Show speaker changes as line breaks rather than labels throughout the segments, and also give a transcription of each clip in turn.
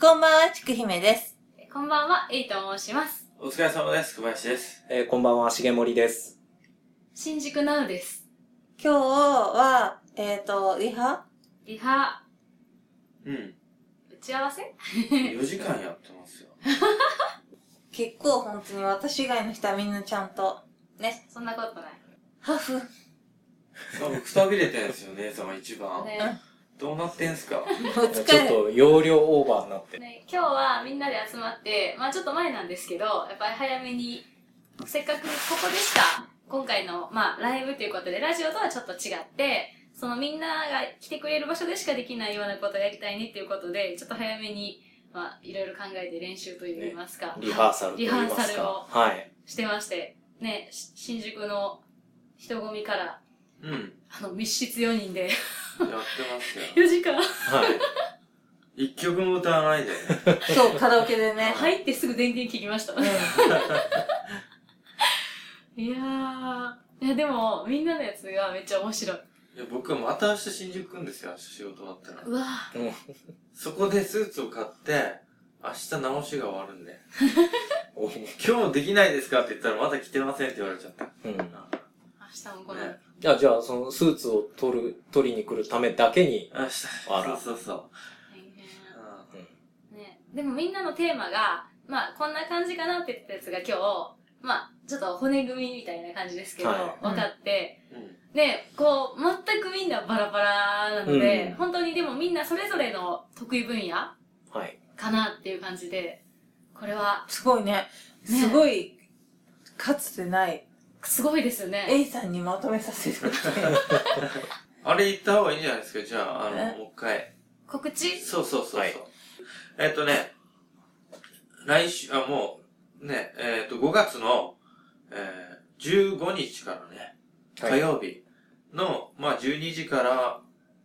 こんばんは、ちくひめです。
こんばんは、エイと申します。
お疲れ様です。小林です。
えーこんばんは、しげもりです。
新宿ナウです。
今日は、えっ、と、リハ
リハ、
うん。
打ち合わせ
4時間やってますよ。
結構本当に私以外の人はみんなちゃん と、ね、
そんなことない。
ハフ。
多分くたびれてんすよね、その一番。
ね
どうなってんすか
お
ちょっ
疲れ。
と容量オーバーになって。
ね今日はみんなで集まって、まあちょっと前なんですけど、やっぱり早めに、せっかくここでしか、今回の、まあライブということで、ラジオとはちょっと違って、そのみんなが来てくれる場所でしかできないようなことをやりたいねっていうことで、ちょっと早めに、まあいろいろ考えて練習といいますか。
リハーサルと言いま
リハー
す
サルを
か。はい。
してまして、ね、し新宿の人混みから、
うん。やって
あの、密室4人で、
ますよ。
4時間
はい。
一曲も歌わないでね。
そう、カラオケでね。
入ってすぐ電源切りま した。
うん
いやー。いや、でも、みんなのやつがめっちゃ面白い。
いや、僕はまた明日新宿行くんですよ、明日仕事終わったら。
うわ
うん
そこでスーツを買って、明日直しが終わるんで。
お
今日できないですかって言ったらまだ来てませんって言われちゃった。
うん。
ー。明日も来ない。
ね
いや、じゃあ、そのスーツを取る、取りに来るためだけに、
明日。
あら
そうそうそう。
大変。ね。でもみんなのテーマが、まあ、こんな感じかなって言ってたやつが今日、まあ、ちょっと骨組みみたいな感じですけど、
はい
分かって、
うん。うん。
で、こう、全くみんなバラバラなので、
うん
本当にでもみんなそれぞれの得意分野
はい。
かなっていう感じで、これは、
すごいね。
ね
すごい、かつてない、
すごいですよね。
A さんにまとめさせて。
あれ行った方がいいんじゃないですか、じゃあ、あの、
え
もう一回。
告知
そうそうそうそう。
はい
えっ、とね、来週、あ、もう、ね、えっ、と、5月の、えー、15日からね、火曜日の、まあ、12時から、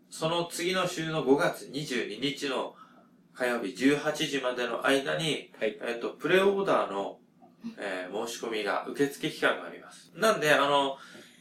その次の週の5月22日の火曜日18時までの間に、
はい。
えっ、と、プレオーダーの、えー申し込みが、受付期間があります。なんで、あの、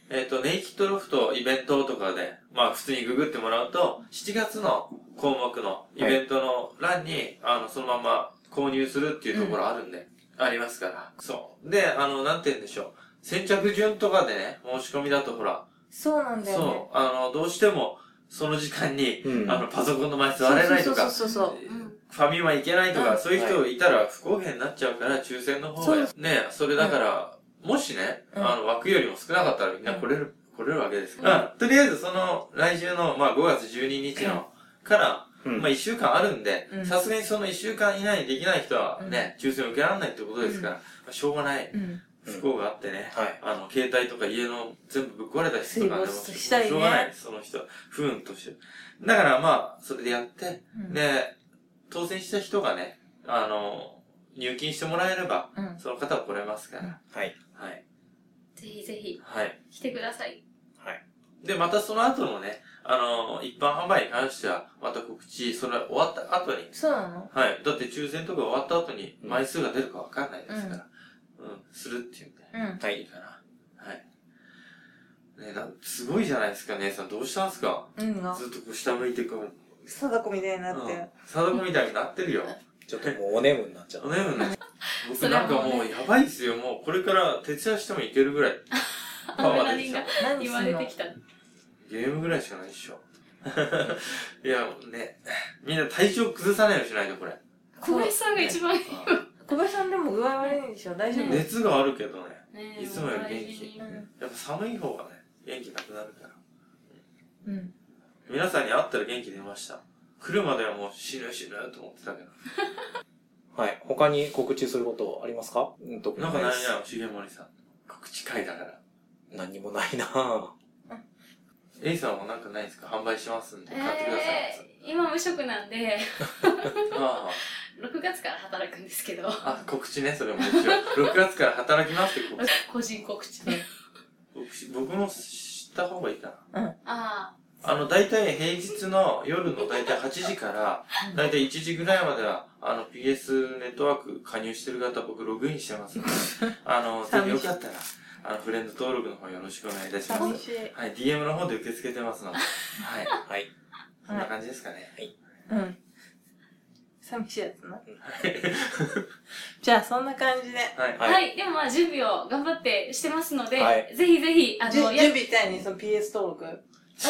えっ、と、ネイキッドロフトイベントとかで、まあ普通にググってもらうと、7月の項目のイベントの欄に、あの、そのまま購入するっていうところあるんで、ありますから。そう。で、あの、なんて言うんでしょう。先着順とかでね、申し込みだとほら、
そうなんだよね。
そう、あの、どうしても、その時間に、
うん
あの、パソコンの前座れないとか、
そうそうそうそう
うん
ファミマ行けないと
う
か、
ん
そういう人いたら不公平になっちゃうから、抽選の方が、ね、それだから、もしね、
うん
あの、枠よりも少なかったらみんな来れる、来れるわけですか
うん
ら、うんとりあえずその、来週の、まあ5月12日の、から、
うん
まあ1週間あるんで
うん、
さすがにその1週間以内にできない人はね、抽選受けられないってことですから、まあしょうがない
うん。
うん
不幸があってね、
はい
あの、携帯とか家の全部ぶっ壊れた人とかでも、
水没したりね
しょうがないです、その人は。不運として。だからまあ、それでやって、
うん
で、当選した人がね、あの、入金してもらえれば、
うん。
その方は来れますから。
はい。
はい。
ぜひぜひ
はい。
来てください。
はい。
で、またその後のね、あの、一般販売に関しては、また告知、それ終わった後に、
そうなの
はい。だって抽選とか終わった後に
うん
枚数が出るかわかんないですから、うん、するっていうんで、
うん。
はい
い
い。
かな。はい。ね、なんすごいじゃないですか、姉さん。どうしたんすか
うんが
ずっとこう下向いてこう、
貞子みたいになって
うん。サドコみたいになってるよ。
ちょっともうお眠になっちゃっ
お
た。
ね むね。
そ
僕
れは
なんか
もうね
もうやばいっすよ。もうこれから徹夜してもいけるぐ らい。パ
アドレ
ワ
ナ
ー出
リン
てき
が
た。
言われてきた。
ゲームぐらいしかないっしょ。 いや、ね。みんな体調崩さないようにしないと、 これ。
小林さんが一番ね
小林さんでも具合悪いんでしょ大丈夫、
うん
熱があるけどね。
え
いつもより元
お
気
大事に
うん
やっぱ寒い方がね、元気なくなるから。
うん。
皆さんに会ったら元気出ました。来るまではもう死ぬ死ぬと思ってたけど。
はい。他に告知することありますかうん、特に
なんか
ないで
何
す
やろ、しげもりさん。告知会だから。
何にもないなぁ。
エイさんもなんかないですか販売しますんで、買ってください。
えー、今無職なんで、
ああ。
6月から働くんですけど、
あ、告知ね、それも一 応。6月から働きますって告知。
個人告知で。
僕し僕もした方がいいかな。
あ
あの、大体平日の夜の大体8時から、大体1時ぐらいまでは、あの、PS ネットワーク加入してる方、僕ログインしてますので、 あの、ぜひよかったら、あの、フレンド登録の方よろしくお願いいたしま
寂
す。
しい。
はい、DM の方で受け付 けてますので、はい、
はい。
そんな感じですかね。
うん。寂しいやつな。じゃあ、そんな感じで。
はい。
はい
はい。でもまあ、準備を頑張ってしてますので、
はい
ぜひぜひ、あ
じゅ
の、
準
や違い
備たいにその PS 登録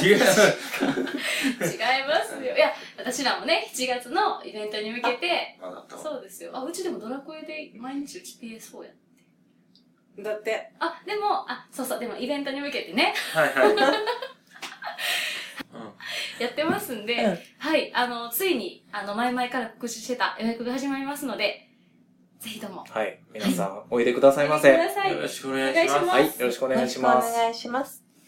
違う。
ますよ。いや、私らもね、7月のイベントに向けて、
わかったわ。
そうですよ。あ、うちでもドラクエで毎日うち PS4 や。
だって、
あ、でも、あ、そうそう、でもイベントに向けてね、
はいはい。 うん
やってますんで、
うん
はい、あの、ついに、あの、前々から告知してた予約が始まりますので、ぜひとも、
はい。皆さん、おいでくださいませ。
お願
はい
ください
よろしくお願いしま
お。
す
願いしま
い。よろしくお願いしま
よろくお。
す
願いします。